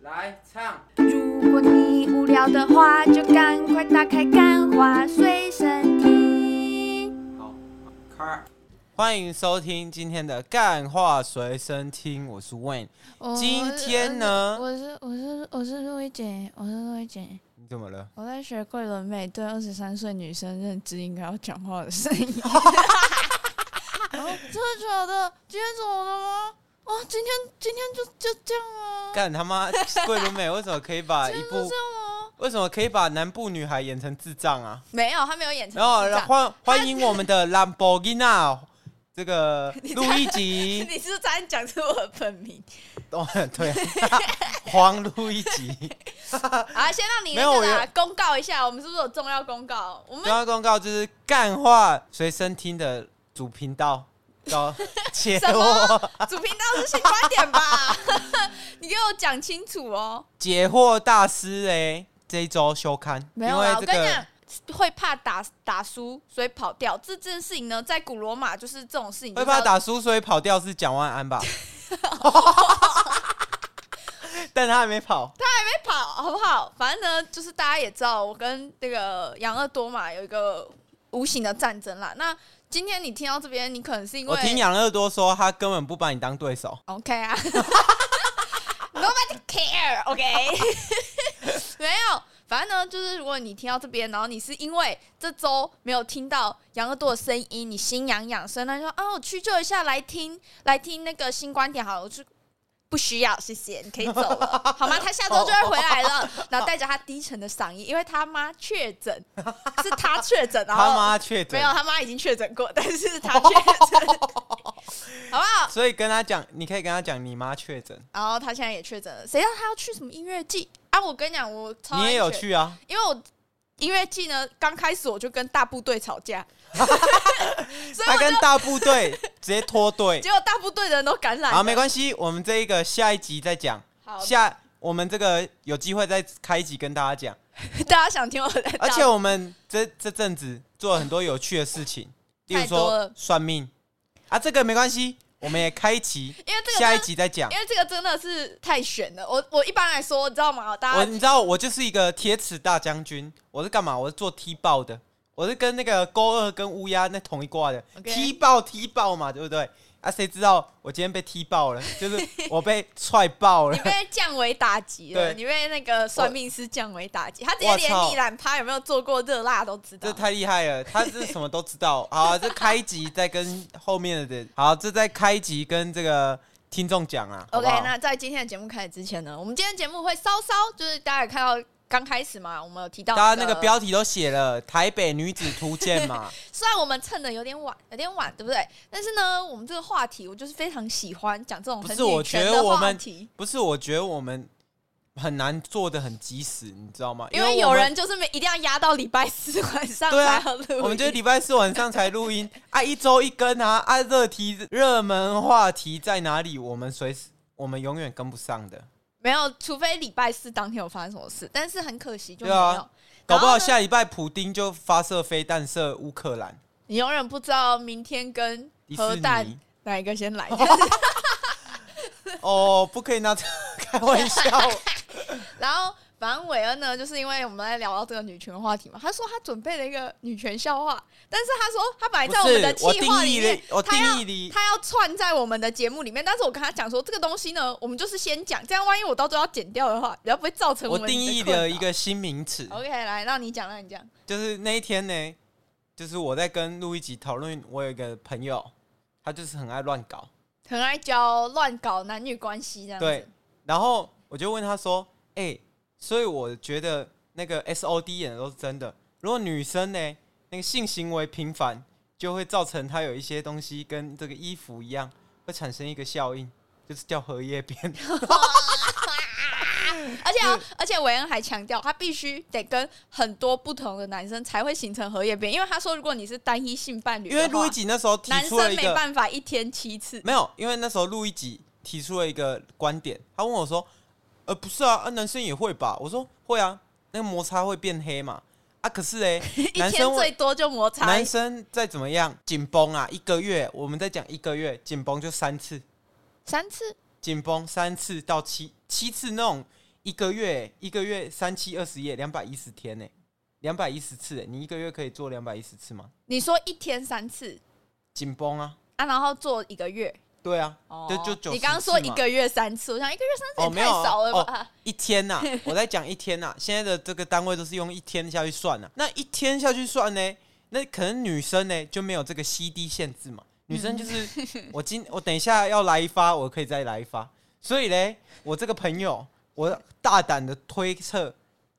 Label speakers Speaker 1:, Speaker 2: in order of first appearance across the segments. Speaker 1: 来唱，
Speaker 2: 如果你无聊的话，就赶快打开《干花随身听》。
Speaker 1: 好，开。
Speaker 3: 欢迎收听今天的干话随身听，我是 Wayne。
Speaker 4: 我
Speaker 3: 今天呢
Speaker 4: 我是我是我是陆一姐，我是陆一姐，
Speaker 3: 你怎么了？
Speaker 4: 我在学桂纶镁对二十三岁女生认知应该要讲话的声 音。然后哦真的假的？今天怎么了吗？哦，今天今天就就这样吗？
Speaker 3: 干他妈桂 纶镁为什么可以把
Speaker 4: 今
Speaker 3: 一
Speaker 4: 天就
Speaker 3: 部
Speaker 4: 这样吗？
Speaker 3: 为什么可以把南部女孩演成智 障啊？
Speaker 4: 没有，他没有演成
Speaker 3: 然后
Speaker 4: 智障
Speaker 3: 欢欢迎我们的兰博基纳 这个路易吉
Speaker 4: 你是不是差点讲出我的本名？
Speaker 3: 哦，对啊， 黄路易吉。
Speaker 4: 啊，先让你
Speaker 3: 没有
Speaker 4: 那个啦
Speaker 3: 我
Speaker 4: 公告一下，我们是不是有重要公告？我们
Speaker 3: 重要公告就是干话随身听的主频道，高且
Speaker 4: 什
Speaker 3: 我。
Speaker 4: 主频道是新观点吧？ 你给我讲清楚哦。
Speaker 3: 解惑大师哎，这一周休刊，
Speaker 4: 没有
Speaker 3: 因为
Speaker 4: 啦，我
Speaker 3: 这
Speaker 4: 跟你
Speaker 3: 个
Speaker 4: 讲，会怕打打输，所以跑掉。这件事情呢，在古罗马就是这种事情，
Speaker 3: 会
Speaker 4: 就
Speaker 3: 怕
Speaker 4: 是要
Speaker 3: 打输，所以跑掉是蒋万安吧？ 但他还没跑，
Speaker 4: 被跑，好不好？反正呢，就是大家也知道，我跟那个杨二多嘛有一个无形的战争啦。那今天你听到这边，你可能是因为
Speaker 3: 我听养乐多说他根本不把你当对手，
Speaker 4: OK 啊 ，Nobody care OK，没有，反正呢，就是如果你听到这边，然后你是因为这周没有听到杨耳朵的声音，你心痒痒，所以呢就说啊，我屈就一下来听，来听那个新观点好了，我就。不需要，谢谢，你可以走了，好吗？他下周就会回来 了，然后带着他低沉的嗓音，因为他妈确诊，是他确诊，然
Speaker 3: 他
Speaker 4: 后
Speaker 3: 妈确
Speaker 4: 没
Speaker 3: 诊
Speaker 4: 有，他妈已经确诊过，但是他确 诊，好不好？
Speaker 3: 所以跟他讲，你可以跟他讲你妈确诊，
Speaker 4: 然后他现在也确诊了，谁让他要去什么音乐季啊？我跟你讲，我超
Speaker 3: 你也
Speaker 4: 爱
Speaker 3: 有
Speaker 4: 学，
Speaker 3: 去啊？
Speaker 4: 因为我音乐季呢刚开始我就跟大部队吵 架，所以
Speaker 3: 他
Speaker 4: 我
Speaker 3: 跟
Speaker 4: 就
Speaker 3: 大 部队直接脱队
Speaker 4: 结果大部队的人都感染了，
Speaker 3: 好，没关系，我们这一个下一集再讲，
Speaker 4: 好，
Speaker 3: 下我们这个有机会再开一集跟大家讲。
Speaker 4: 大家想听我的，
Speaker 3: 而且我们这这阵子做了很多有趣的事情，例如
Speaker 4: 太多
Speaker 3: 说
Speaker 4: 了
Speaker 3: 算命啊，这个没关系，我们也开一集，
Speaker 4: 因为这个
Speaker 3: 下一
Speaker 4: 真的
Speaker 3: 集再讲。
Speaker 4: 因为这个真的是太悬了，我我一般来说，你知道吗？大
Speaker 3: 我
Speaker 4: 家
Speaker 3: 你知道我就是一个铁齿大将军，我是干嘛？我是做踢爆的，我是跟那个勾二跟乌鸦那同一挂的
Speaker 4: OK
Speaker 3: 踢爆踢爆嘛，对不对？啊，谁知道我今天被踢爆了，就是 我被踹爆了
Speaker 4: 你。被降维打击了，
Speaker 3: 对
Speaker 4: 你被那个算命师降维打击，他直接
Speaker 3: 我
Speaker 4: 连
Speaker 3: 操
Speaker 4: 你懒趴有没有做过热辣都知道
Speaker 3: 这。太厉害了，他是什么都知道。好、啊，这开集再跟后面的人，好，这再开集跟这个听众讲啊。好
Speaker 4: OK，
Speaker 3: 不好
Speaker 4: 那在今天的节目开始之前呢，我们今天节目会稍稍就是大家也看到刚开始嘛，我们有提到、
Speaker 3: 大家那个，标题都写了《台北女子图鉴》嘛，
Speaker 4: 虽然我们蹭的有点晚，有点晚，对不对？但是呢，我们这个话题我就是非常喜欢讲这种
Speaker 3: 不
Speaker 4: 哦很
Speaker 3: 是我
Speaker 4: 女权
Speaker 3: 觉得
Speaker 4: 的
Speaker 3: 我
Speaker 4: 话
Speaker 3: 们
Speaker 4: 题，
Speaker 3: 不是？我觉得我们很难做的很及时，你知道吗？
Speaker 4: 因为
Speaker 3: 我
Speaker 4: 有
Speaker 3: 们
Speaker 4: 人就是没一定要压到礼拜四晚上
Speaker 3: 对啊
Speaker 4: 才要录音、
Speaker 3: 我们就是礼拜四晚上才录音 啊，一周一更啊啊，热题热门话题在哪里？我们随时我们永远跟不上的，
Speaker 4: 没有，除非礼拜四当天有发生什么事，但是很可惜就没
Speaker 3: 对
Speaker 4: 有。
Speaker 3: 啊。搞
Speaker 4: 然
Speaker 3: 不
Speaker 4: 后
Speaker 3: 好
Speaker 4: 呢
Speaker 3: 下礼拜普丁就发射飞弹射乌 克兰，
Speaker 4: 你永远不知道明天跟
Speaker 3: 迪士
Speaker 4: 核
Speaker 3: 尼
Speaker 4: 弹哪一个先 来。
Speaker 3: 哦，不可以拿这个开玩笑。
Speaker 4: 然后，反正韦恩呢，就是因为我们在聊到这个女权话题嘛，他说他准备了一个女权笑话，但是他说他本来
Speaker 3: 不
Speaker 4: 在我们的
Speaker 3: 是，我
Speaker 4: 计划
Speaker 3: 定
Speaker 4: 里
Speaker 3: 义了
Speaker 4: 面，，
Speaker 3: 我
Speaker 4: 他
Speaker 3: 定
Speaker 4: 要
Speaker 3: 义里
Speaker 4: 他要串在我们的节目里面，但是我跟他讲说这个东西呢，我们就是先讲，这样万一我到最后要剪掉的话，比较不会造成
Speaker 3: 我
Speaker 4: 们
Speaker 3: 定义
Speaker 4: 的
Speaker 3: 了
Speaker 4: 困
Speaker 3: 一
Speaker 4: 扰。
Speaker 3: 个新名词。
Speaker 4: OK，来，让你讲，让你讲。
Speaker 3: 就是那一天呢，就是我在跟陆一吉讨论，我有一个朋友，他就是很爱乱搞，
Speaker 4: 很爱教乱搞男女关系这样子。
Speaker 3: 对，然后我就问他说：“哎、所以我觉得那个 S O D 演的都是真的。如果女生呢，那个性行为频繁，就会造成她有一些东西跟这个衣服一样，会产生一个效应，就是叫荷 叶边。
Speaker 4: 而且、啊、而且韦恩还强调，他必须得跟很多不同的男生才会形成荷叶边，因为他说如果你是单一性伴侣的
Speaker 3: 因
Speaker 4: 话，
Speaker 3: 为陆一吉那时候提
Speaker 4: 男
Speaker 3: 出
Speaker 4: 生
Speaker 3: 了一
Speaker 4: 没
Speaker 3: 个
Speaker 4: 办法一天七次，
Speaker 3: 没有，因为那时候录一集提出了一个观点，他问我说：“呃，不是啊，啊男生也会吧？”我说：“会啊，那个摩擦会变黑嘛。”啊，可是嘞
Speaker 4: 一，
Speaker 3: 男
Speaker 4: 天
Speaker 3: 生
Speaker 4: 最
Speaker 3: 会
Speaker 4: 多就摩擦
Speaker 3: 男生再怎么样紧绷啊，一个月我们再讲一个月紧绷就三次，
Speaker 4: 三次。
Speaker 3: 紧绷三次到七七次那种一个月欸一个月三七二十页，两百一十天呢，两百一十次欸，你一个月可以做两百一十次吗？
Speaker 4: 你说一天三次
Speaker 3: 紧绷啊，
Speaker 4: 啊，然后做一个月。
Speaker 3: 对啊，
Speaker 4: 哦
Speaker 3: 就就90
Speaker 4: 你刚刚说
Speaker 3: 次
Speaker 4: 一
Speaker 3: 嘛
Speaker 4: 个月三次，我想一个月
Speaker 3: 哦
Speaker 4: 三次
Speaker 3: 没
Speaker 4: 也
Speaker 3: 有
Speaker 4: 太
Speaker 3: 啊
Speaker 4: 少了吧？
Speaker 3: 哦一天 呐、我在讲一天呐、现在的这个单位都是用一天下去算呐、那一天下去算呢，那可能女生呢就没有这个 CD 限制嘛，女生就是
Speaker 4: 嗯
Speaker 3: 我今我等一下要来一发，我可以再来一发，所以嘞，我这个朋友，我大胆的推测，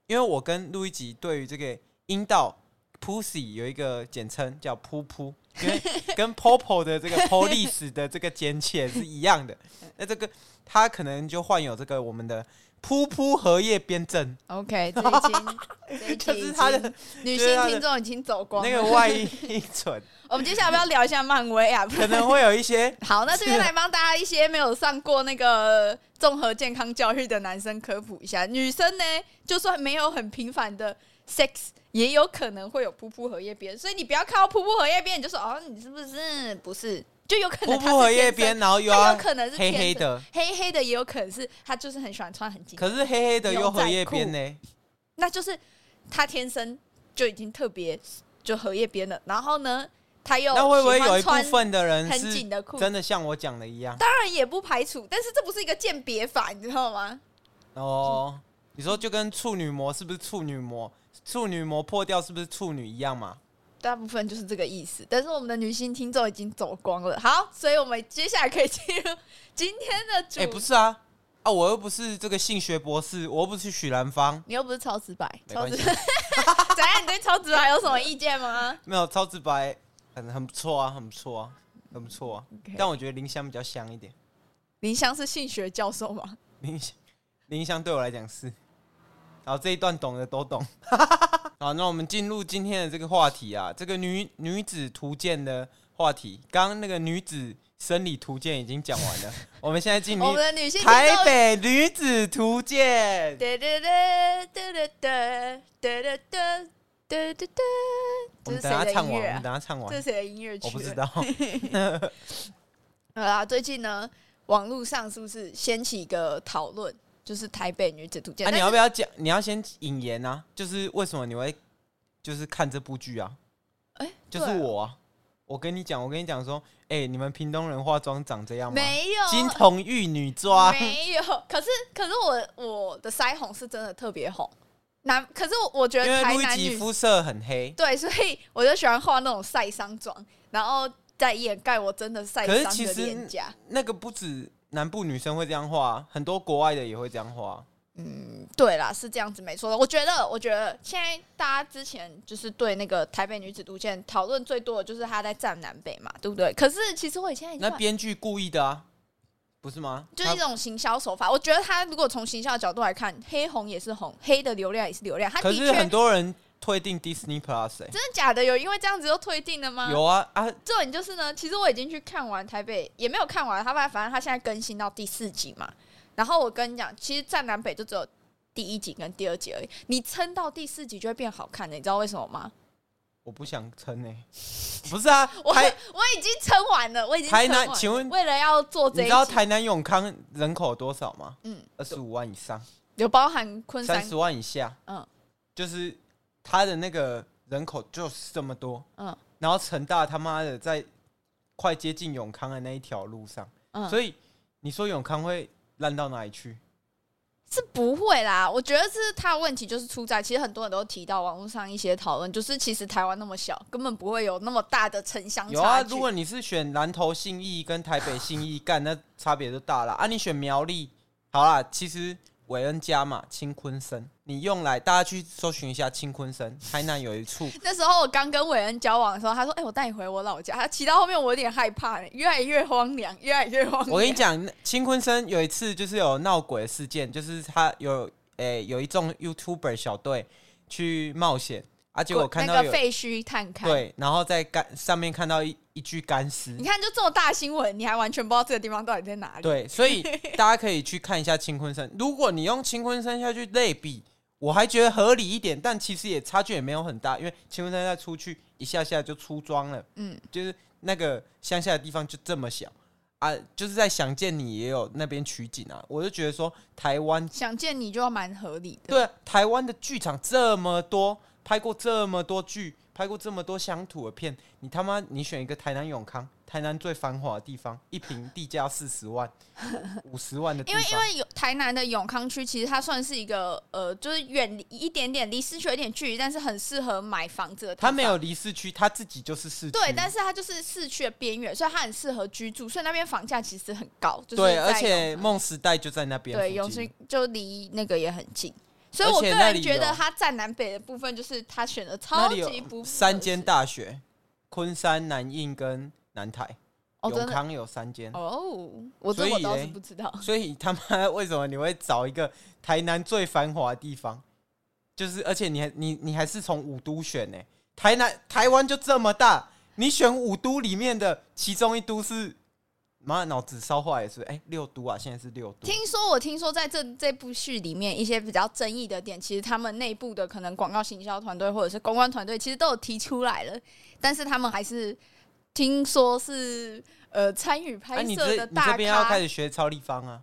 Speaker 3: 因为我跟路易吉对于这个阴道 pussy 有一个简称叫噗噗，因为跟 popo 的这个 police 的这个简写是一样的，那这个他可能就患有这个我们的噗噗荷叶边症，
Speaker 4: 哦 OK，这已经，这一
Speaker 3: 就
Speaker 4: 集
Speaker 3: 是
Speaker 4: 已
Speaker 3: 他的
Speaker 4: 经女
Speaker 3: 就是
Speaker 4: 性
Speaker 3: 他的
Speaker 4: 听众已经走光
Speaker 3: 那
Speaker 4: 了。
Speaker 3: 个外阴 唇，
Speaker 4: 我们接下来要不要聊一下漫威啊？
Speaker 3: 可能会有一些
Speaker 4: 好，那这边来帮大家一些没有上过那个综合健康教育的男生科普一下，女生呢，就算没有很频繁的 sex，也有可能会有噗噗荷叶边，所以你不要看到噗噗荷叶边你就说哦，你是不是不是？就有可能
Speaker 3: 噗
Speaker 4: 它
Speaker 3: 噗
Speaker 4: 是
Speaker 3: 荷叶
Speaker 4: 天生
Speaker 3: 边，，然后又
Speaker 4: 它
Speaker 3: 要
Speaker 4: 有可能是
Speaker 3: 黑黑
Speaker 4: 天生，
Speaker 3: 的，
Speaker 4: 黑黑的也有可能是他就是很喜欢穿很紧，
Speaker 3: 可是黑黑的又荷叶边呢，
Speaker 4: 那就是他天生就已经特别就荷叶边了，然后呢，他又
Speaker 3: 那会不会
Speaker 4: 喜欢
Speaker 3: 有一部
Speaker 4: 穿
Speaker 3: 分的人
Speaker 4: 很
Speaker 3: 是
Speaker 4: 紧的裤子
Speaker 3: 真的像我讲的一样？
Speaker 4: 当然也不排除，但是这不是一个鉴别法，你知道吗？
Speaker 3: 哦，你说就跟处女膜是不是处女膜？处女膜破掉是不是处女一样嘛？
Speaker 4: 大部分就是这个意思，但是我们的女性听众已经走光了。好，所以我们接下来可以进入今天的主。
Speaker 3: 哎、不，是啊，啊，我又不是这个性学博士，我又不是许兰芳，
Speaker 4: 你又不是超直白，
Speaker 3: 没
Speaker 4: 超
Speaker 3: 关
Speaker 4: 直
Speaker 3: 系
Speaker 4: 白。 怎样？你对超直白有什么意见 吗
Speaker 3: 没有超直白，很很不错啊，很不错啊，很不错啊。但我觉得林香比较香一点，
Speaker 4: 林香是性学教授吗？
Speaker 3: 林香林香对我来讲是。好，这一段懂的都懂。 好，那我们进入今天的这个话题啊，这个女女子图鉴的话题。刚刚那个女子生理图鉴已经讲完 了，我们现在进入
Speaker 4: 我们的女性听
Speaker 3: 台
Speaker 4: 众。
Speaker 3: 北女子图鉴。
Speaker 4: 哒哒哒哒哒哒哒哒哒哒哒，
Speaker 3: 我
Speaker 4: 这是谁
Speaker 3: 们等下
Speaker 4: 的
Speaker 3: 唱
Speaker 4: 音
Speaker 3: 完，
Speaker 4: 乐
Speaker 3: 我们
Speaker 4: 啊？
Speaker 3: 等下
Speaker 4: 这
Speaker 3: 唱
Speaker 4: 是
Speaker 3: 完。
Speaker 4: 谁的音乐曲？
Speaker 3: 我不知道，
Speaker 4: 好啦，最近呢，网络上是不是掀起一个讨论，就是台北女子图鉴？
Speaker 3: 啊，你
Speaker 4: 但
Speaker 3: 要不
Speaker 4: 是
Speaker 3: 要讲？你要先引言啊，就是为什么你会就是看这部剧啊？
Speaker 4: 哎，
Speaker 3: 就是
Speaker 4: 对啊
Speaker 3: 我啊，我跟你讲，我跟你讲说，哎、你们屏东人化妆长这样吗？
Speaker 4: 没有啊
Speaker 3: 金童玉女妆，
Speaker 4: 没有，可是可是我我的腮红是真的特别红，男可是我我觉
Speaker 3: 因
Speaker 4: 得
Speaker 3: 为
Speaker 4: 台
Speaker 3: 路易
Speaker 4: 南
Speaker 3: 吉
Speaker 4: 女
Speaker 3: 肤色很黑，
Speaker 4: 对，所以我就喜欢画那种晒伤妆，然后再掩盖我真的晒
Speaker 3: 可是
Speaker 4: 伤
Speaker 3: 其
Speaker 4: 的
Speaker 3: 实
Speaker 4: 脸颊。
Speaker 3: 那个不止南部女生会这样画啊、很多国外的也会这样画啊、
Speaker 4: 对啦，是这样子没错的。我觉得，我觉得现在大家之前就是对那个台北女子图鉴讨论最多的就是她在占南北嘛，对不对？可是其实我以前已经
Speaker 3: 那编剧故意的啊，不是吗？
Speaker 4: 就是
Speaker 3: 他
Speaker 4: 一种行销手法。我觉得他如果从行销的角度来看，黑红也是红，黑的流量也是流量。他
Speaker 3: 可
Speaker 4: 的
Speaker 3: 是
Speaker 4: 确
Speaker 3: 很
Speaker 4: 真的
Speaker 3: 多人退订 Disney Plus 哎、
Speaker 4: 假的有因为这样子就退订了吗？
Speaker 3: 有啊啊，
Speaker 4: 这种就是呢，其实我已经去看完台北，也没有看完，他反反正他现在更新到第四集嘛。然后我跟你讲，其实站南北就只有第一集跟第二集而已，你撑到第四集就会变好看的，你知道为什么吗？
Speaker 3: 我不想撑哎、不是啊，
Speaker 4: 我
Speaker 3: 台
Speaker 4: 我已经撑完了，我已经撑
Speaker 3: 台
Speaker 4: 完
Speaker 3: 南
Speaker 4: 了。
Speaker 3: 请问
Speaker 4: 为了要做这
Speaker 3: 你
Speaker 4: 一
Speaker 3: 知道
Speaker 4: 集，
Speaker 3: 台南永康人口多少吗？
Speaker 4: 嗯，
Speaker 3: 二十五万以上，
Speaker 4: 有包含昆山
Speaker 3: 三，十万以下，
Speaker 4: 嗯
Speaker 3: 就是他的那个人口就是这么多。
Speaker 4: 嗯
Speaker 3: 然后成大他妈的在快接近永康的那一条路上，
Speaker 4: 嗯，
Speaker 3: 所以你说永康会烂到哪里去？
Speaker 4: 是不会啦，我觉得是他的问题就是出在，其实很多人都提到网络上一些讨论，就是其实台湾那么小，根本不会有那么大的城乡
Speaker 3: 有啊，
Speaker 4: 哦差距。
Speaker 3: 如果你是选南投信义跟台北信义干，那差别就大了啊。你选苗栗，好啦，其实韦恩家嘛，青昆生，你用来大家去搜寻一下青昆生，台南有一处
Speaker 4: 那时候我刚跟伟恩交往的时候，他说：“哎、我带你回我老家。”他骑到后面，我有点害怕、越来越荒凉，越来越荒凉。
Speaker 3: 我跟你，讲，青坤生有一次就是有闹鬼的事件，就是他有诶、有一众 YouTuber 小队去冒险，啊，结果看到
Speaker 4: 那
Speaker 3: 有、
Speaker 4: 个废墟探勘，，
Speaker 3: 对，然后在干上面看到一一具干尸
Speaker 4: 你，看就这么大新闻，你还完全不知道这个地方到底在哪里。
Speaker 3: 对，所以大家可以去看一下青坤生。如果你用青坤生下去类比，我还觉得合理一点，但其实也差距也没有很大，因为青坤生再出去一下下就出庄了，
Speaker 4: 嗯，
Speaker 3: 就是那个乡下的地方就这么小啊，就是在《想见你》也有那边取景啊，我就觉得说台湾
Speaker 4: 想见你就蛮合理的。
Speaker 3: 对台湾的剧场这么多，拍过这么多剧，拍过这么多乡土的片，你他妈你选一个台南永康，台南最繁华的地方，一平地价四十 万、五十万的地
Speaker 4: 因为
Speaker 3: 方，
Speaker 4: 因为有台南的永康区，其实它算是一个呃，就是远离一点点，离市区有点距离，但是很适合买房子的地
Speaker 3: 他
Speaker 4: 方。
Speaker 3: 没有离市区，他自己就是市区。
Speaker 4: 对，但是它就是市区的边缘，所以它很适合居住，所以那边房价其实很高。就是
Speaker 3: 对，
Speaker 4: 在
Speaker 3: 而且梦时代就在那边
Speaker 4: 对
Speaker 3: 附
Speaker 4: 永
Speaker 3: 近
Speaker 4: 春。就离那个也很近，所以我
Speaker 3: 而
Speaker 4: 个
Speaker 3: 且那
Speaker 4: 人
Speaker 3: 里
Speaker 4: 觉得
Speaker 3: 有
Speaker 4: 它占南北的部分，就是它选的
Speaker 3: 那
Speaker 4: 超
Speaker 3: 里
Speaker 4: 级不符
Speaker 3: 有三
Speaker 4: 合
Speaker 3: 间
Speaker 4: 市
Speaker 3: 大学，昆山、南印跟南台，
Speaker 4: 哦，真
Speaker 3: 永
Speaker 4: 的
Speaker 3: 康有三间。
Speaker 4: 哦，我这
Speaker 3: 所
Speaker 4: 我
Speaker 3: 以
Speaker 4: 倒是
Speaker 3: 嘞
Speaker 4: 不知道。
Speaker 3: 所以他妈为什么你会找一个台南最繁华的地方？就是而且你还你你还是从五都选呢、台南台湾就这么大，你选五都里面的其中一都是，妈脑子烧坏了是不是？哎、六都啊，现在是六都。
Speaker 4: 听说我听说在这这部剧里面一些比较争议的点，其实他们内部的可能广告行销团队或者是公关团队，其实都有提出来了，但是他们还是听说是呃参与
Speaker 3: 哎、
Speaker 4: 拍
Speaker 3: 你
Speaker 4: 摄
Speaker 3: 这
Speaker 4: 的
Speaker 3: 你这
Speaker 4: 大
Speaker 3: 边要
Speaker 4: 咖
Speaker 3: 开。始学超立方啊，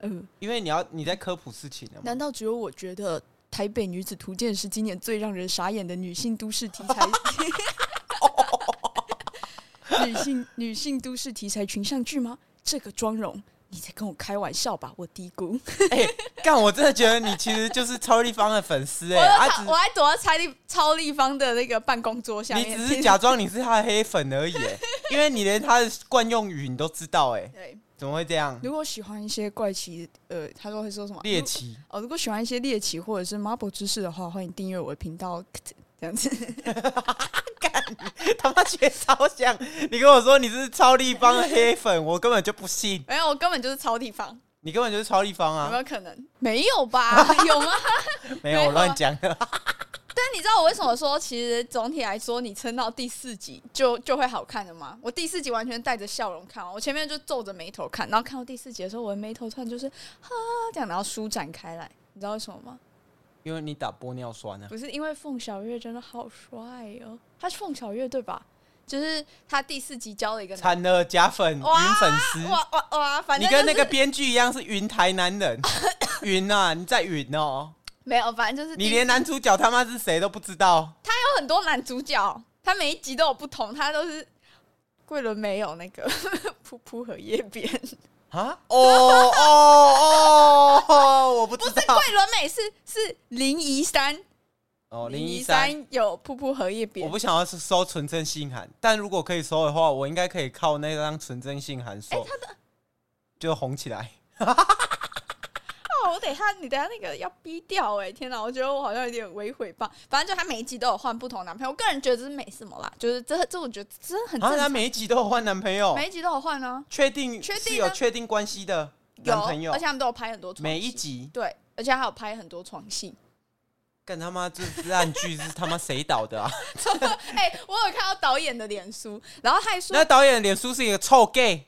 Speaker 4: 嗯，
Speaker 3: 因为你要你在科普事情了嘛。
Speaker 4: 难道只有我觉得《台北女子图鉴》是今年最让人傻眼的女性都市题材？ 女性女性都市题材群像剧吗？这个妆容，你在跟我开玩笑吧？我低估。
Speaker 3: 哎、干！我真的觉得你其实就是超立方的粉丝哎、
Speaker 4: 我有
Speaker 3: 啊
Speaker 4: 藏
Speaker 3: 只
Speaker 4: 我还躲在超立超立方的那个办公桌下
Speaker 3: 你
Speaker 4: 面。
Speaker 3: 只是假装你是他的黑粉而已、欸，因为你连他的惯用语你都知道、欸，哎，
Speaker 4: 对。
Speaker 3: 怎么会这样？
Speaker 4: 如果喜欢一些怪奇，呃，他都会说什么
Speaker 3: 猎
Speaker 4: 如
Speaker 3: 奇，
Speaker 4: 哦。如果喜欢一些猎奇或者是 Marble 知识的话，欢迎订阅我的频道。 这样子，
Speaker 3: 他妈学超像！你跟我说你是超立方的黑粉，我根本就不信，
Speaker 4: 没有，我根本就是超立方，
Speaker 3: 你根本就是超立方
Speaker 4: 有没
Speaker 3: 啊！
Speaker 4: 有可能？没有 吧？有吗？
Speaker 3: 没有，啊
Speaker 4: 没有
Speaker 3: 我乱讲的。
Speaker 4: 但你知道我为什么说，其实总体来说，你撑到第四集就就会好看的吗？我第四集完全带着笑容看完，哦我前面就皱着眉头看，然后看到第四集的时候，我的眉头突然就是哈这样，然后舒展开来。你知道为什么吗？
Speaker 3: 因为你打玻尿酸啊，
Speaker 4: 不是因为凤小岳真的好帅哦，他是凤小岳对吧？就是他第四集交了一个男，
Speaker 3: 惨了，假粉云
Speaker 4: 哇
Speaker 3: 粉丝，
Speaker 4: 哇哇哇，反
Speaker 3: 你
Speaker 4: 正、
Speaker 3: 跟那个
Speaker 4: 就是
Speaker 3: 编剧一样是云台南 人，云啊，你在云哦，
Speaker 4: 没有，反正就是
Speaker 3: 你
Speaker 4: 第
Speaker 3: 连男主角他妈是谁都不知道。
Speaker 4: 有很多男主角，他每一集都有不同，他都是桂纶镁有那个 噗噗荷叶边，
Speaker 3: 啊！哦哦哦！我不知道。
Speaker 4: 桂纶镁是是林怡珊，
Speaker 3: 哦，零
Speaker 4: 林
Speaker 3: 一三，
Speaker 4: 珊有噗噗荷叶
Speaker 3: 我
Speaker 4: 边，
Speaker 3: 不想要是收纯正信函，但如果可以收的话，我应该可以靠那张纯正信函
Speaker 4: 哎
Speaker 3: 收。就红起来。
Speaker 4: 哦，我等一下你等一下那个要逼掉哎、天哪，我觉得我好像有点微毁谤，反正就他每一集都有换不同男朋友，我个人觉得这是没什么啦，就是这这我觉得真的很
Speaker 3: 啊，
Speaker 4: 正
Speaker 3: 她
Speaker 4: 常，
Speaker 3: 每一集都有换男朋友，
Speaker 4: 每一集都有换啊，
Speaker 3: 确定
Speaker 4: 确定啊
Speaker 3: 是有确定关系的
Speaker 4: 有，
Speaker 3: 男朋友
Speaker 4: 而且，他们都有拍很多床戏，
Speaker 3: 每一集
Speaker 4: 对，而且还有拍很多床戏。
Speaker 3: 干他妈这烂剧是他妈谁导 的啊？
Speaker 4: 哎、我有看到导演的脸书，然后他还
Speaker 3: 那
Speaker 4: 说
Speaker 3: 导演的脸书是一个臭 gay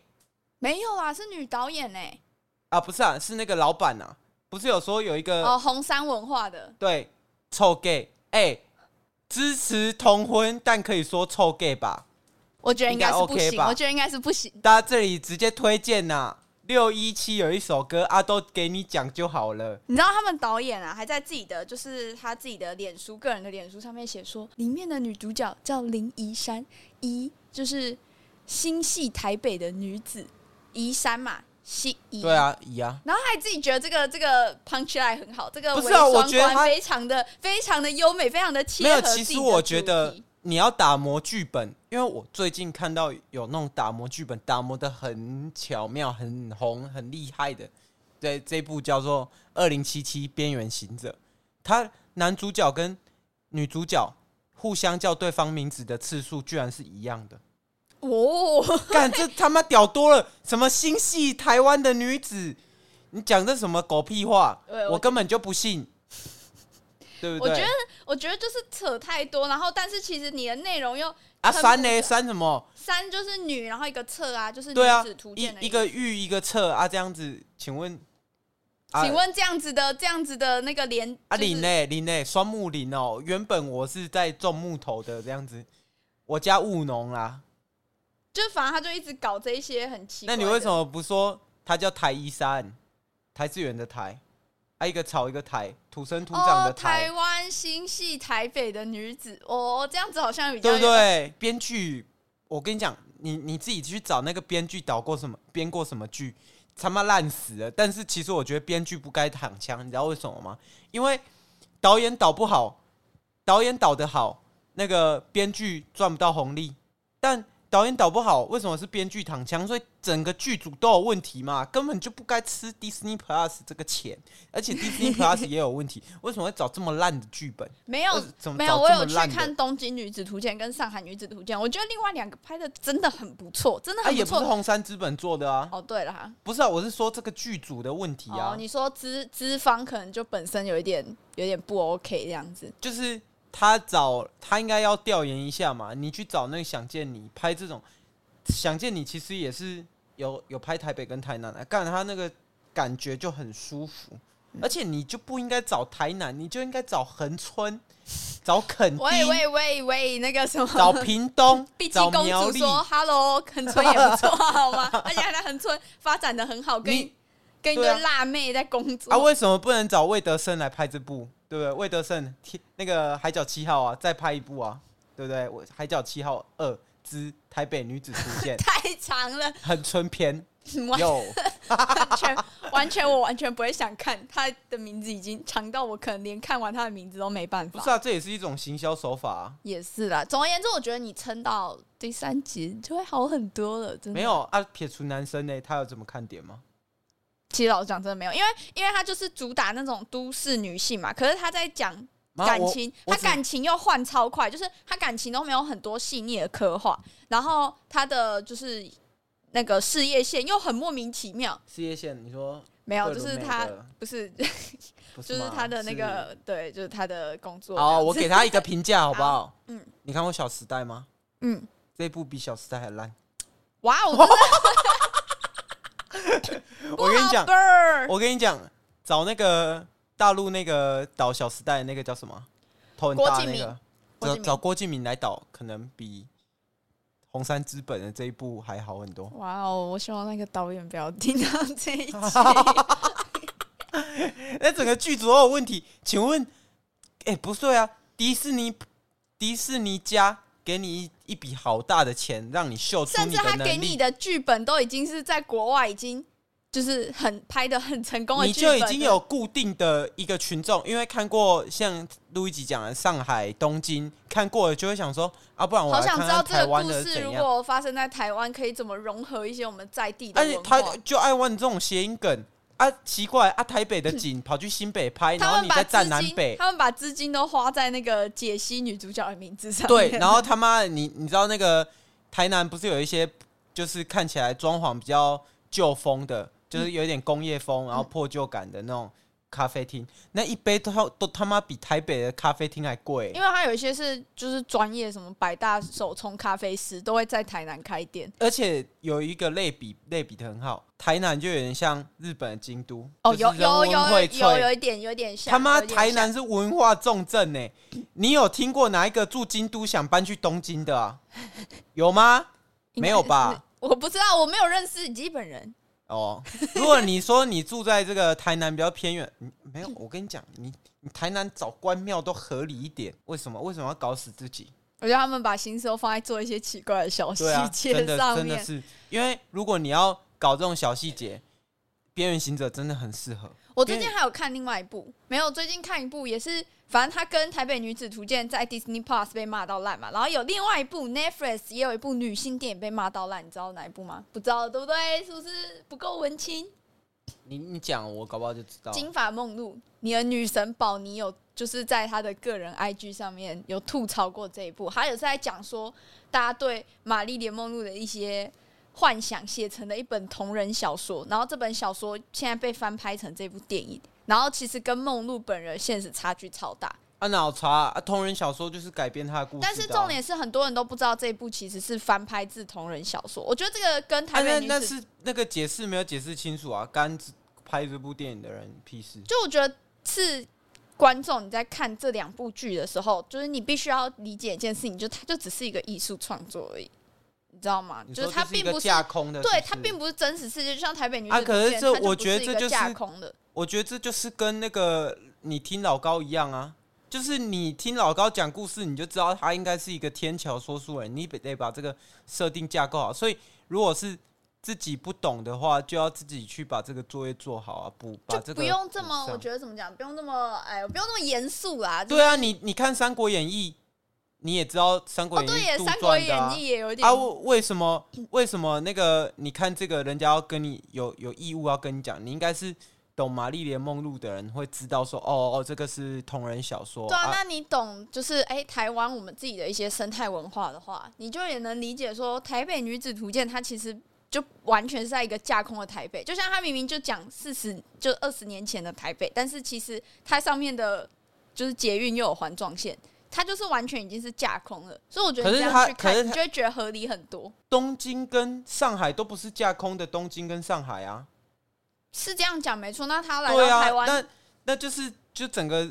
Speaker 4: 没有啦，是女导演哎、
Speaker 3: 啊，不是啊，是那个老板啊，不是有说有一个
Speaker 4: 哦，红山文化的，
Speaker 3: 对，臭 gay，哎、支持同婚，但可以说臭 gay 吧？
Speaker 4: 我觉得应该是不
Speaker 3: 应该
Speaker 4: 行
Speaker 3: OK 吧
Speaker 4: 我觉得应该是不行。
Speaker 3: 大家这里直接推荐呐、六一七有一首歌啊，都给你讲就好了。
Speaker 4: 你知道他们导演啊，还在自己的就是他自己的脸书个人的脸书上面写说，里面的女主角叫林怡珊，怡就是心系台北的女子，怡珊嘛，西怡。
Speaker 3: 对啊，姨啊，
Speaker 4: 然后还自己觉得这个这个 punch line 很好，这个
Speaker 3: 不
Speaker 4: 微
Speaker 3: 是啊
Speaker 4: 双
Speaker 3: 我觉得他
Speaker 4: 关非常的非常的优美，非常的
Speaker 3: 没
Speaker 4: 贴
Speaker 3: 有
Speaker 4: 合。，
Speaker 3: 其实我觉得你要打磨剧本，因为我最近看到有那种打磨剧本，打磨的很巧妙、很红、很厉害的。对，这部叫做《二零七七边缘行者》，他男主角跟女主角互相叫对方名字的次数居然是一样的。
Speaker 4: 哦，
Speaker 3: 干，这他妈屌多了！什么心系台湾的女子，你讲这什么狗屁话
Speaker 4: 对？我
Speaker 3: 我根本就不信，对不
Speaker 4: 我
Speaker 3: 对？
Speaker 4: 觉得我觉得就是扯太多，然后但是其实你的内容又
Speaker 3: 啊，
Speaker 4: 撑
Speaker 3: 删
Speaker 4: 不
Speaker 3: 嘞
Speaker 4: 了
Speaker 3: 删什么？
Speaker 4: 三就是女，然后一个侧啊，就是
Speaker 3: 对啊
Speaker 4: 女子图，
Speaker 3: 一
Speaker 4: 鉴的
Speaker 3: 一
Speaker 4: 意思
Speaker 3: 个玉一个侧啊，这样子，请问，啊
Speaker 4: 请问这样子的这样子的那个连
Speaker 3: 啊
Speaker 4: 就是
Speaker 3: 林嘞林嘞双木林哦，原本我是在种木头的这样子，我家务农啦，
Speaker 4: 就反正他就一直搞这一些很奇怪
Speaker 3: 那
Speaker 4: 的。哦
Speaker 3: 你为什么不说它叫台一山，台志远的台，啊一个草一个台，土生土
Speaker 4: 哦
Speaker 3: 长的，台，
Speaker 4: 台湾新系台北的女子，哦，这样子好像比较
Speaker 3: 对不对？编剧，我跟你讲，你你自己去找那个编剧导过什么，编过什么剧，他妈烂死了。但是其实我觉得编剧不该躺枪，你知道为什么吗？因为导演导不好，导演导得好，那个编剧赚不到红利，但。导演导不好，为什么是编剧躺枪？所以整个剧组都有问题嘛，根本就不该吃 Disney Plus 这个钱，而且 Disney Plus 也有问题， 为什么会找这么烂的剧本？
Speaker 4: 没有
Speaker 3: 为什么
Speaker 4: 没
Speaker 3: 找
Speaker 4: 有，我
Speaker 3: 这
Speaker 4: 有
Speaker 3: 么
Speaker 4: 去
Speaker 3: 烂的
Speaker 4: 看《东京女子图鉴》跟《上海女子图鉴》，我觉得另外两个拍的真的很不错，真的
Speaker 3: 啊，
Speaker 4: 很
Speaker 3: 也不
Speaker 4: 错。
Speaker 3: 是红杉资本做的啊，
Speaker 4: 哦，对了哈，
Speaker 3: 不是啊，我是说这个剧组的问题啊，
Speaker 4: 哦，你说资资方可能就本身有一点有点不 OK 这样子，
Speaker 3: 就是他找他应该要调研一下嘛，你去找那个想见你拍这种想见你，其实也是有有拍台北跟台南的，啊干他那个感觉就很舒服，
Speaker 4: 嗯
Speaker 3: 而且你就不应该找台南，你就应该找恒春，找垦丁，
Speaker 4: 喂喂喂喂，那个什么，
Speaker 3: 嗯找屏东
Speaker 4: 碧，姬
Speaker 3: 找
Speaker 4: 公
Speaker 3: 苗
Speaker 4: 主
Speaker 3: 栗，
Speaker 4: 说：“Hello，恒 村也不错，好吗？ 而且她恒村发展的很好，跟
Speaker 3: 你
Speaker 4: 跟一
Speaker 3: 对
Speaker 4: 堆
Speaker 3: 啊
Speaker 4: 辣妹在工作。
Speaker 3: 啊，为什么不能找魏德胜来拍这部？对不对？魏德胜天那个《海角七号》啊，再拍一部啊，对不对？我《海角七号二之台北女子出 现
Speaker 4: 太长了，
Speaker 3: 很春篇
Speaker 4: 完
Speaker 3: 有，
Speaker 4: 全完全我完全不会想看她的名字，已经长到我可能连看完她的名字都没办
Speaker 3: 不
Speaker 4: 法。
Speaker 3: 是啊，这也是一种行销手法啊。
Speaker 4: 也是啦，总而言之，我觉得你撑到第三集就会好很多了，真的。
Speaker 3: 没，有啊，撇除男生呢，他有怎么看点吗？
Speaker 4: 其实老实讲，真的没有，因为因为她就是主打那种都市女性嘛，可是她在讲
Speaker 3: 妈
Speaker 4: 感
Speaker 3: 我
Speaker 4: 情，
Speaker 3: 我
Speaker 4: 他
Speaker 3: 只
Speaker 4: 感情又换超快，就是他感情都没有很多细腻的刻画，然后他的就是那个事业线又很莫名其妙，
Speaker 3: 事业线，你说
Speaker 4: 没有，
Speaker 3: 桂
Speaker 4: 就
Speaker 3: 纶
Speaker 4: 是
Speaker 3: 镁
Speaker 4: 他
Speaker 3: 的
Speaker 4: 不是，
Speaker 3: 不
Speaker 4: 就是
Speaker 3: 吗
Speaker 4: 他的那个对，就是他的工
Speaker 3: 是
Speaker 4: 作。
Speaker 3: 好，我给他一个评价好不好？
Speaker 4: 嗯
Speaker 3: 你看过《小时代》吗？
Speaker 4: 嗯，
Speaker 3: 这一部比《小时代》还烂。
Speaker 4: 哇，哦我真的
Speaker 3: 我跟你讲
Speaker 4: 不，好啵
Speaker 3: 我跟你讲，找那个大陆那个导《小时代》的那个叫什么？头很大的那个，
Speaker 4: 郭敬
Speaker 3: 找
Speaker 4: 明
Speaker 3: 找郭敬明来导，可能比红杉资本的这一部还好很多。
Speaker 4: 哇哦，我希望那个导演不要听到这一集。
Speaker 3: 那整个剧组都有问题，请问，哎、不对啊，迪士尼迪士尼家给你一一笔好大的钱，让你秀出
Speaker 4: 甚
Speaker 3: 你
Speaker 4: 至
Speaker 3: 的
Speaker 4: 他
Speaker 3: 能
Speaker 4: 给你
Speaker 3: 力，
Speaker 4: 的剧本都已经是在国外已经就是很拍的很成功的
Speaker 3: 你
Speaker 4: 剧本
Speaker 3: 就
Speaker 4: 了，
Speaker 3: 已经有固定的一个群众，因为看过像路易吉讲的上海、东京，看过了就会想说啊，不然我
Speaker 4: 好
Speaker 3: 来
Speaker 4: 想
Speaker 3: 看
Speaker 4: 知道
Speaker 3: 看
Speaker 4: 这
Speaker 3: 台
Speaker 4: 个
Speaker 3: 湾
Speaker 4: 故
Speaker 3: 的
Speaker 4: 事
Speaker 3: 怎
Speaker 4: 如
Speaker 3: 样。
Speaker 4: 果发生在台湾，可以怎么融合一些我们在地的
Speaker 3: 而且
Speaker 4: 文
Speaker 3: 啊他
Speaker 4: 化？
Speaker 3: 就爱玩这种谐音梗啊，奇怪啊，台北的景跑去新 北拍，然
Speaker 4: 他
Speaker 3: 后
Speaker 4: 们
Speaker 3: 你
Speaker 4: 把
Speaker 3: 再
Speaker 4: 资
Speaker 3: 站南
Speaker 4: 金，
Speaker 3: 北，
Speaker 4: 他们把资金都花在那个解析女主角的名字上
Speaker 3: 对
Speaker 4: 面。，
Speaker 3: 然后他妈的你你知道那个台南不是有一些就是看起来装潢比较旧风的，就是有一点工业风，然后破旧感的那种咖啡厅，那一杯都都他妈比台北的咖啡厅还贵
Speaker 4: 因，为他有一些是就是专业什么百大手冲咖啡师都会在台南开店
Speaker 3: 而且有一个类比类比的很好，台南就有点像日本的京都
Speaker 4: 哦，
Speaker 3: 就
Speaker 4: 有
Speaker 3: 是人
Speaker 4: 有
Speaker 3: 文
Speaker 4: 有
Speaker 3: 荟萃
Speaker 4: 有有一点有点像
Speaker 3: 他妈
Speaker 4: 有一点像
Speaker 3: 台南是文化重镇呢、你有听过哪一个住京都想搬去东京的啊？有吗？
Speaker 4: 应该
Speaker 3: 没有吧？
Speaker 4: 我不知道，我没有认识基本人，
Speaker 3: 哦，如果你说你住在这个台南比较偏远，嗯没有，我跟你讲，你你台南找关庙都合理一点，为什么？为什么要搞死自己？
Speaker 4: 我觉得他们把心思都放在做一些奇怪的 小细
Speaker 3: 对啊，真
Speaker 4: 节
Speaker 3: 的
Speaker 4: 上
Speaker 3: 真的
Speaker 4: 面。
Speaker 3: 是，因为如果你要搞这种小细节，边缘行者真的很适合。
Speaker 4: 我最近
Speaker 3: 因为
Speaker 4: 还有看另外一部，没有，最近看一部也是，反正它跟《台北女子图鉴》在 Disney Plus 被骂到烂嘛，然后有另外一部 Netflix 也有一部女性电影被骂到烂，你知道哪一部吗？不知道对不对？是不是不够文青？
Speaker 3: 你你讲，我搞不好就知道了。
Speaker 4: 金发梦露》，你的女神宝妮有就是在她的个人 IG 上面有吐槽过这一部，还有在讲说大家对玛丽莲梦露的一些幻想写成的一本同人小说，然后这本小说现在被翻拍成这部电影，然后其实跟梦露本人现实差距超大，
Speaker 3: 啊，脑查啊，同人小说就是改编他的故事的啊、
Speaker 4: 但是重点是很多人都不知道这一部其实是翻拍自同人小说，我觉得这个跟台
Speaker 3: 啊、
Speaker 4: 北
Speaker 3: 那
Speaker 4: 女
Speaker 3: 那
Speaker 4: 子
Speaker 3: 是那个解释没有解释清楚啊，干拍这部电影的人屁事。
Speaker 4: 就我觉得是观众你在看这两部剧的时候，就是你必须要理解一件事情，就它就只是一个艺术创作而已。你知道吗？
Speaker 3: 你
Speaker 4: 就
Speaker 3: 说
Speaker 4: 是它
Speaker 3: 一
Speaker 4: 并
Speaker 3: 个
Speaker 4: 不是，
Speaker 3: 架空的，
Speaker 4: 对，
Speaker 3: 是
Speaker 4: 它并
Speaker 3: 不
Speaker 4: 不
Speaker 3: 是。
Speaker 4: 是真实世界，就像台北女子
Speaker 3: 啊可
Speaker 4: 图鉴
Speaker 3: 是这
Speaker 4: 它就
Speaker 3: 我
Speaker 4: 不
Speaker 3: 觉
Speaker 4: 是
Speaker 3: 得
Speaker 4: 一
Speaker 3: 这
Speaker 4: 个
Speaker 3: 就是
Speaker 4: 架空的，
Speaker 3: 我觉得这就是跟那个你听老高一样啊，就是你听老高讲故事，你就知道他应该是一个天桥说书人，你得得把这个设定架构好。所以如果是自己不懂的话，就要自己去把这个作业做好啊，补把这
Speaker 4: 就
Speaker 3: 个
Speaker 4: 不用这么，我
Speaker 3: 得。
Speaker 4: 觉得怎么讲，不用这么，哎，不用这么严肃啦。就是
Speaker 3: 对啊，你你看《三国演义》，你也知道《三国
Speaker 4: 哦，
Speaker 3: 演义
Speaker 4: 对耶，》
Speaker 3: 杜
Speaker 4: 《
Speaker 3: 撰
Speaker 4: 三国
Speaker 3: 的
Speaker 4: 演
Speaker 3: 啊
Speaker 4: 义》也有一点
Speaker 3: 啊，为为什么为什么那个你看这个人家要跟你有有义务要跟你讲，你应该是懂玛丽莲梦露的人会知道说，哦哦，这个是同人小说
Speaker 4: 对啊，那你懂就是哎、台湾我们自己的一些生态文化的话，你就也能理解说，《台北女子图鉴》它其实就完全是在一个架空的台北，就像它明明就讲四十就二十年前的台北，但是其实它上面的就是捷运又有环状线，它就是完全已经是架空了。所以我觉得
Speaker 3: 可
Speaker 4: 你
Speaker 3: 是
Speaker 4: 这样
Speaker 3: 它
Speaker 4: 去
Speaker 3: 可是
Speaker 4: 看，你
Speaker 3: 它
Speaker 4: 就会觉得合理很多，
Speaker 3: 东京跟上海都不是架空的，东京跟上海啊，
Speaker 4: 是这样讲没错。那他来
Speaker 3: 对
Speaker 4: 到
Speaker 3: 啊
Speaker 4: 台，湾，
Speaker 3: 那那就是就整个。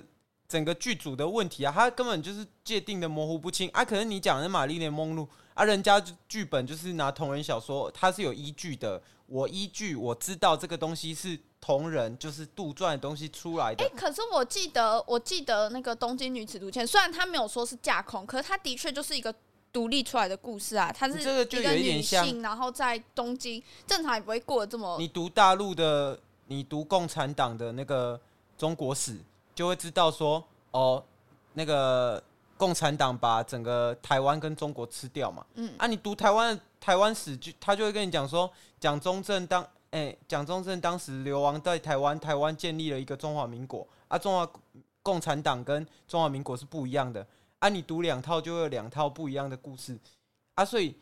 Speaker 3: 整个剧组的问题啊，他根本就是界定的模糊不清啊。可是你讲的《玛丽莲梦露》啊，人家就剧本就是拿同人小说，它是有依据的。我依据我知道这个东西是同人，就是杜撰的东西出来的
Speaker 4: 哎、。可是我记得，我记得那个《东京女子图鉴》，虽然它没有说是架空，可是它的确就是一个独立出来的故事啊。它是
Speaker 3: 这个就
Speaker 4: 一个
Speaker 3: 有一点
Speaker 4: 女
Speaker 3: 像
Speaker 4: 性，然后在东京，正常也不会过得这么
Speaker 3: 你读大陆的，你读共产党的那个中国史，就会知道说，哦，那个共产党把整个台湾跟中国吃掉嘛。
Speaker 4: 嗯
Speaker 3: 啊，你读台湾的台湾史，就他就会跟你讲说，蒋中正当，哎、蒋中正当时流亡在台湾，台湾建立了一个中华民国。啊，中华共产党跟中华民国是不一样的。啊，你读两套就会有两套不一样的故事。啊，所以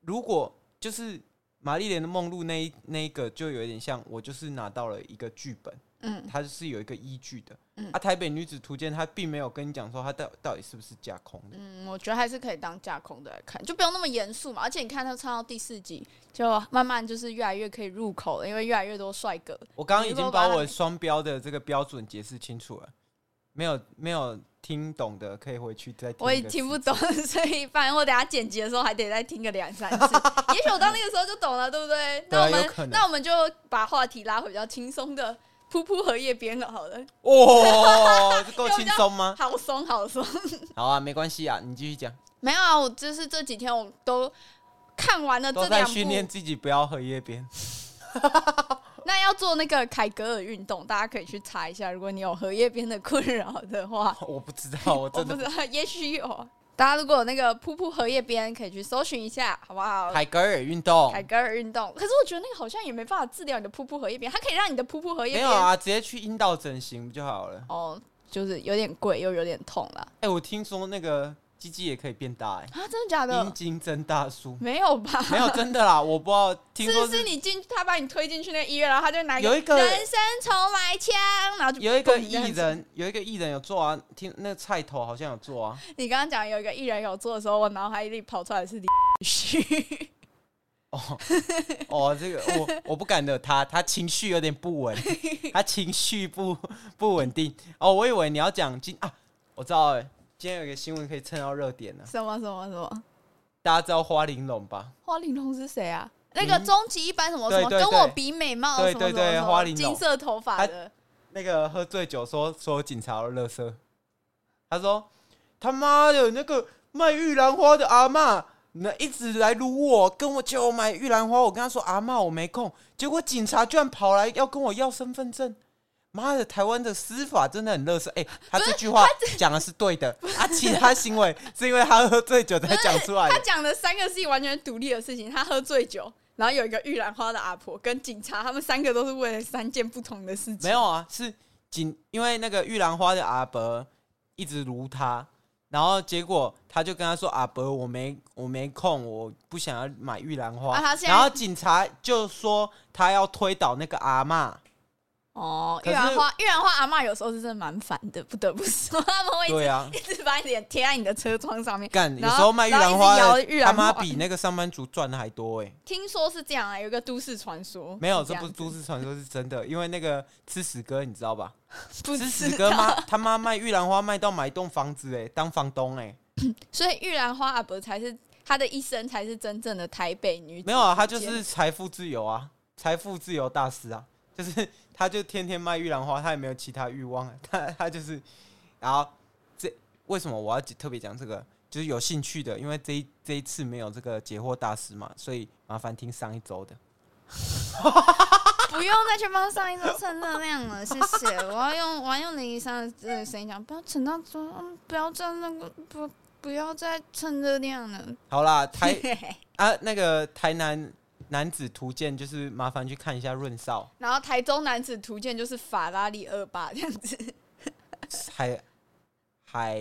Speaker 3: 如果就是玛丽莲的梦露那一那一个就有点像，我就是拿到了一个剧本，
Speaker 4: 嗯。
Speaker 3: 它是有一个依据的。
Speaker 4: 嗯
Speaker 3: 啊，台北女子图鉴它并没有跟你讲说它到到底是不是架空的。
Speaker 4: 嗯，我觉得还是可以当架空的来看，就不用那么严肃嘛。而且你看，他唱到第四集，就慢慢就是越来越可以入口了，因为越来越多帅哥。
Speaker 3: 我刚刚已经把
Speaker 4: 你如
Speaker 3: 我
Speaker 4: 果把它
Speaker 3: 双标的这个标准解释清楚了，没有没有听懂的可以回去再听。
Speaker 4: 我也听不。懂， 所以反正我等下剪辑的时候还得再听个两三次。也许我到那个时候就懂了，对不 对？
Speaker 3: 对啊
Speaker 4: 那我
Speaker 3: 有可能
Speaker 4: 们那我们就把话题拉回比较轻松的，噗噗荷叶边了，好了，
Speaker 3: 哦，这够轻松吗？
Speaker 4: 好松好松。
Speaker 3: 好啊，没关系啊，你继续讲。
Speaker 4: 没有啊，我就是这几天我都看完了
Speaker 3: 都
Speaker 4: 这
Speaker 3: 在
Speaker 4: 两
Speaker 3: 训练
Speaker 4: 部，
Speaker 3: 自己不要荷叶边。
Speaker 4: 那要做那个凯格尔运动，大家可以去查一下，如果你有荷叶边的困扰的话，
Speaker 3: 我不知道，我
Speaker 4: 我
Speaker 3: 哦真
Speaker 4: 不
Speaker 3: 的
Speaker 4: 知道，也许有。大家如果有那个噗噗荷叶边，可以去搜寻一下，好不好？
Speaker 3: 海格尔运动
Speaker 4: 凯格尔运动，可是我觉得那个好像也没办法治疗你的噗噗荷叶边，它可以让你的噗噗荷叶
Speaker 3: 没
Speaker 4: 边
Speaker 3: 有啊，直接去阴道整形不就好了？
Speaker 4: 哦，就是有点贵又有点痛啦。
Speaker 3: 哎、我听说那个鸡鸡也可以变大、
Speaker 4: 啊，真的假
Speaker 3: 哎，阴
Speaker 4: 的？
Speaker 3: 茎增大术
Speaker 4: 没有吧？
Speaker 3: 没有真的啦，我不知道，听
Speaker 4: 是
Speaker 3: 说
Speaker 4: 不
Speaker 3: 是
Speaker 4: 是你进他把你推进去那个医院，然后他就拿
Speaker 3: 有一个
Speaker 4: 人生重来枪，然后就
Speaker 3: 有一个
Speaker 4: 砰
Speaker 3: 艺，
Speaker 4: 这样子
Speaker 3: 人，有一个艺人有做啊，听那个菜头好像有做啊，
Speaker 4: 你刚刚讲有一个艺人有做的时候，我脑海里跑出来是李旭，
Speaker 3: 哦哦，这个我我不敢惹他，他情绪有点不 稳，他情绪不不稳定。哦，我以为你要讲今啊，我知道哎、今天有一个新闻可以蹭到热点呢、
Speaker 4: 什么什么什么，
Speaker 3: 大家知道花玲珑吧？
Speaker 4: 花玲珑是谁啊？那个终极一班什么
Speaker 3: 对
Speaker 4: 什么，
Speaker 3: 嗯对
Speaker 4: 跟
Speaker 3: 对
Speaker 4: 我比美貌
Speaker 3: 对
Speaker 4: 什么什么
Speaker 3: 对对
Speaker 4: 什么
Speaker 3: 花玲珑
Speaker 4: 金色头发
Speaker 3: 她
Speaker 4: 的，
Speaker 3: 那个喝醉酒说所有警察都乐色，他说他妈的那个卖玉兰花的阿嬷，那一直来撸我，跟我叫我买玉兰花，我跟他说阿嬷我没空，结果警察居然跑来要跟我要身份证。妈的，台湾的司法真的很乐色。哎、他这句话讲的是对的，啊，其他行为是因为他喝醉酒才讲出来
Speaker 4: 他
Speaker 3: 的。
Speaker 4: 讲的三个是完全独立的事情。他喝醉酒，然后有一个玉兰花的阿婆跟警察，他们三个都是为了三件不同的事情。
Speaker 3: 没有啊，是警，因为那个玉兰花的阿伯一直撸他，然后结果他就跟他说：“阿伯，我没我没空，我不想要买玉兰花。
Speaker 4: 啊他现在
Speaker 3: 然后警察就说他要推倒那个阿嬷，
Speaker 4: 哦，
Speaker 3: 可
Speaker 4: 玉
Speaker 3: 是
Speaker 4: 兰花，玉兰花阿嬷有时候是真的蛮烦的，不得不说，他们会一
Speaker 3: 对
Speaker 4: 直、
Speaker 3: 啊，
Speaker 4: 一直把你脸贴在你的车窗上面。
Speaker 3: 干有
Speaker 4: 然后
Speaker 3: 时候卖玉兰花
Speaker 4: 然后一
Speaker 3: 的
Speaker 4: 直摇玉
Speaker 3: 他
Speaker 4: 兰花
Speaker 3: 妈比那个上班族赚的还多哎、
Speaker 4: 听说是这样啊，有一个都市传说。
Speaker 3: 没有，
Speaker 4: 哦这
Speaker 3: 这
Speaker 4: 样
Speaker 3: 不
Speaker 4: 子
Speaker 3: 是都市传说，是真的。因为那个吃屎哥你知道吧？
Speaker 4: 不
Speaker 3: 吃
Speaker 4: 知
Speaker 3: 屎哥
Speaker 4: 道
Speaker 3: 妈他欸妈卖玉兰花卖到买一栋房子哎、当房东哎、
Speaker 4: 所以玉兰花阿伯才是她的一生才是真正的台北女子。
Speaker 3: 没有啊，他就是财富自由啊，财富自由大师啊，就是他就天天卖玉兰花，他也没有其他欲望啊， 他他就是，然后这为什么我要特别讲这个？就是有兴趣的，因为这一这一次没有这个解惑大师嘛，所以麻烦听上一周的。
Speaker 2: 不用再去帮上一周蹭热量了，谢谢。 我要用我要用林医生的这个声音讲，不要蹭到桌，嗯不要再那个不不要再蹭热量了。
Speaker 3: 好啦， 台啊那个台南男子图鉴就是麻烦去看一下润少
Speaker 4: 然后台中男子图鉴就是法拉利二八这样子，
Speaker 3: 海海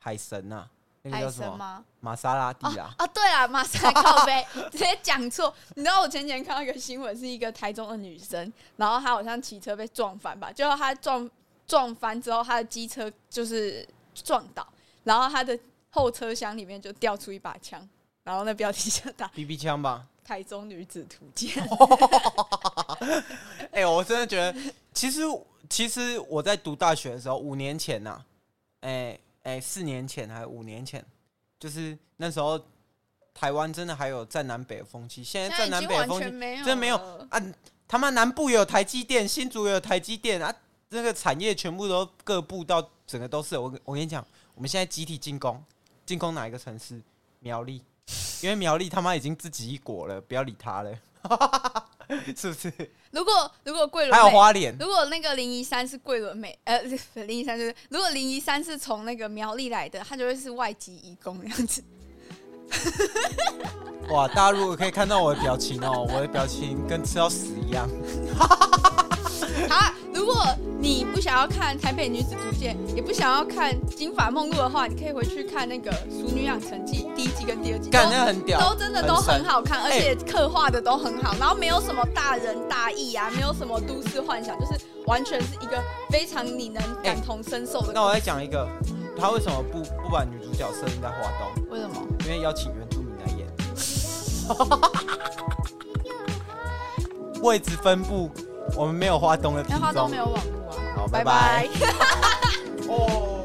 Speaker 3: 海神啊，那个
Speaker 4: 海
Speaker 3: 叫什
Speaker 4: 神
Speaker 3: 么？
Speaker 4: 吗？
Speaker 3: 玛莎拉蒂啊。
Speaker 4: 啊，对了，马上靠背直接讲错。你知道我前几天看到一个新闻，是一个台中的女生，然后她好像骑车被撞翻吧，结果她撞撞翻之后，她的机车就是撞倒，然后她的后车厢里面就掉出一把枪，然后那标题就打
Speaker 3: BB 枪吧，
Speaker 4: “台中女子图鉴
Speaker 3: 哎、我真的觉得，其实其实我在读大学的时候，五年前呐、哎、哎、四年前还是五年前，就是那时候台湾真的还有占南北的风气，”，现
Speaker 4: 现 在已
Speaker 3: 在占南
Speaker 4: 经
Speaker 3: 北的
Speaker 4: 完
Speaker 3: 风
Speaker 4: 全
Speaker 3: 气
Speaker 4: 没有了，
Speaker 3: 真没有啊，他妈南部也有台积电，新竹也有台积电啊，这个产业全部都各部到整个都是。我跟我跟你讲，我们现在集体进攻，进攻哪一个城市？苗栗，因为苗栗他妈已经自己一国了，不要理他了， 是不是？
Speaker 4: 如果如果桂纶
Speaker 3: 还有
Speaker 4: 镁
Speaker 3: 花莲，
Speaker 4: 如果那个林一山是桂纶镁，呃， 林一山就是如果林一山是从那个苗栗来的，他就会是外籍移工这样子。
Speaker 3: 哇！大家如果可以看到我的表情哦，我的表情跟吃到屎一样。
Speaker 4: 好啊，如果你不想要看《台北女子图鉴》，也不想要看《金发梦露》的话，你可以回去看那个《熟女养成记》第一季跟第二季，
Speaker 3: 干，
Speaker 4: 都
Speaker 3: 那很屌，
Speaker 4: 都真的都很好看，而
Speaker 3: 哎
Speaker 4: 且刻画的都很好，然后没有什么大人大义啊，没有什么都市幻想，就是完全是一个非常你能感同身受的。
Speaker 3: 那我再讲一个，他为什么不不把女主角设定在华东？
Speaker 4: 为什么？
Speaker 3: 因为邀请原住民来 演。位置分布，我们没有华东的
Speaker 4: 因
Speaker 3: 品
Speaker 4: 为花都
Speaker 3: 种
Speaker 4: 没。有网络啊。
Speaker 3: 好，
Speaker 4: 拜
Speaker 3: 拜拜
Speaker 4: 拜。
Speaker 3: 哦。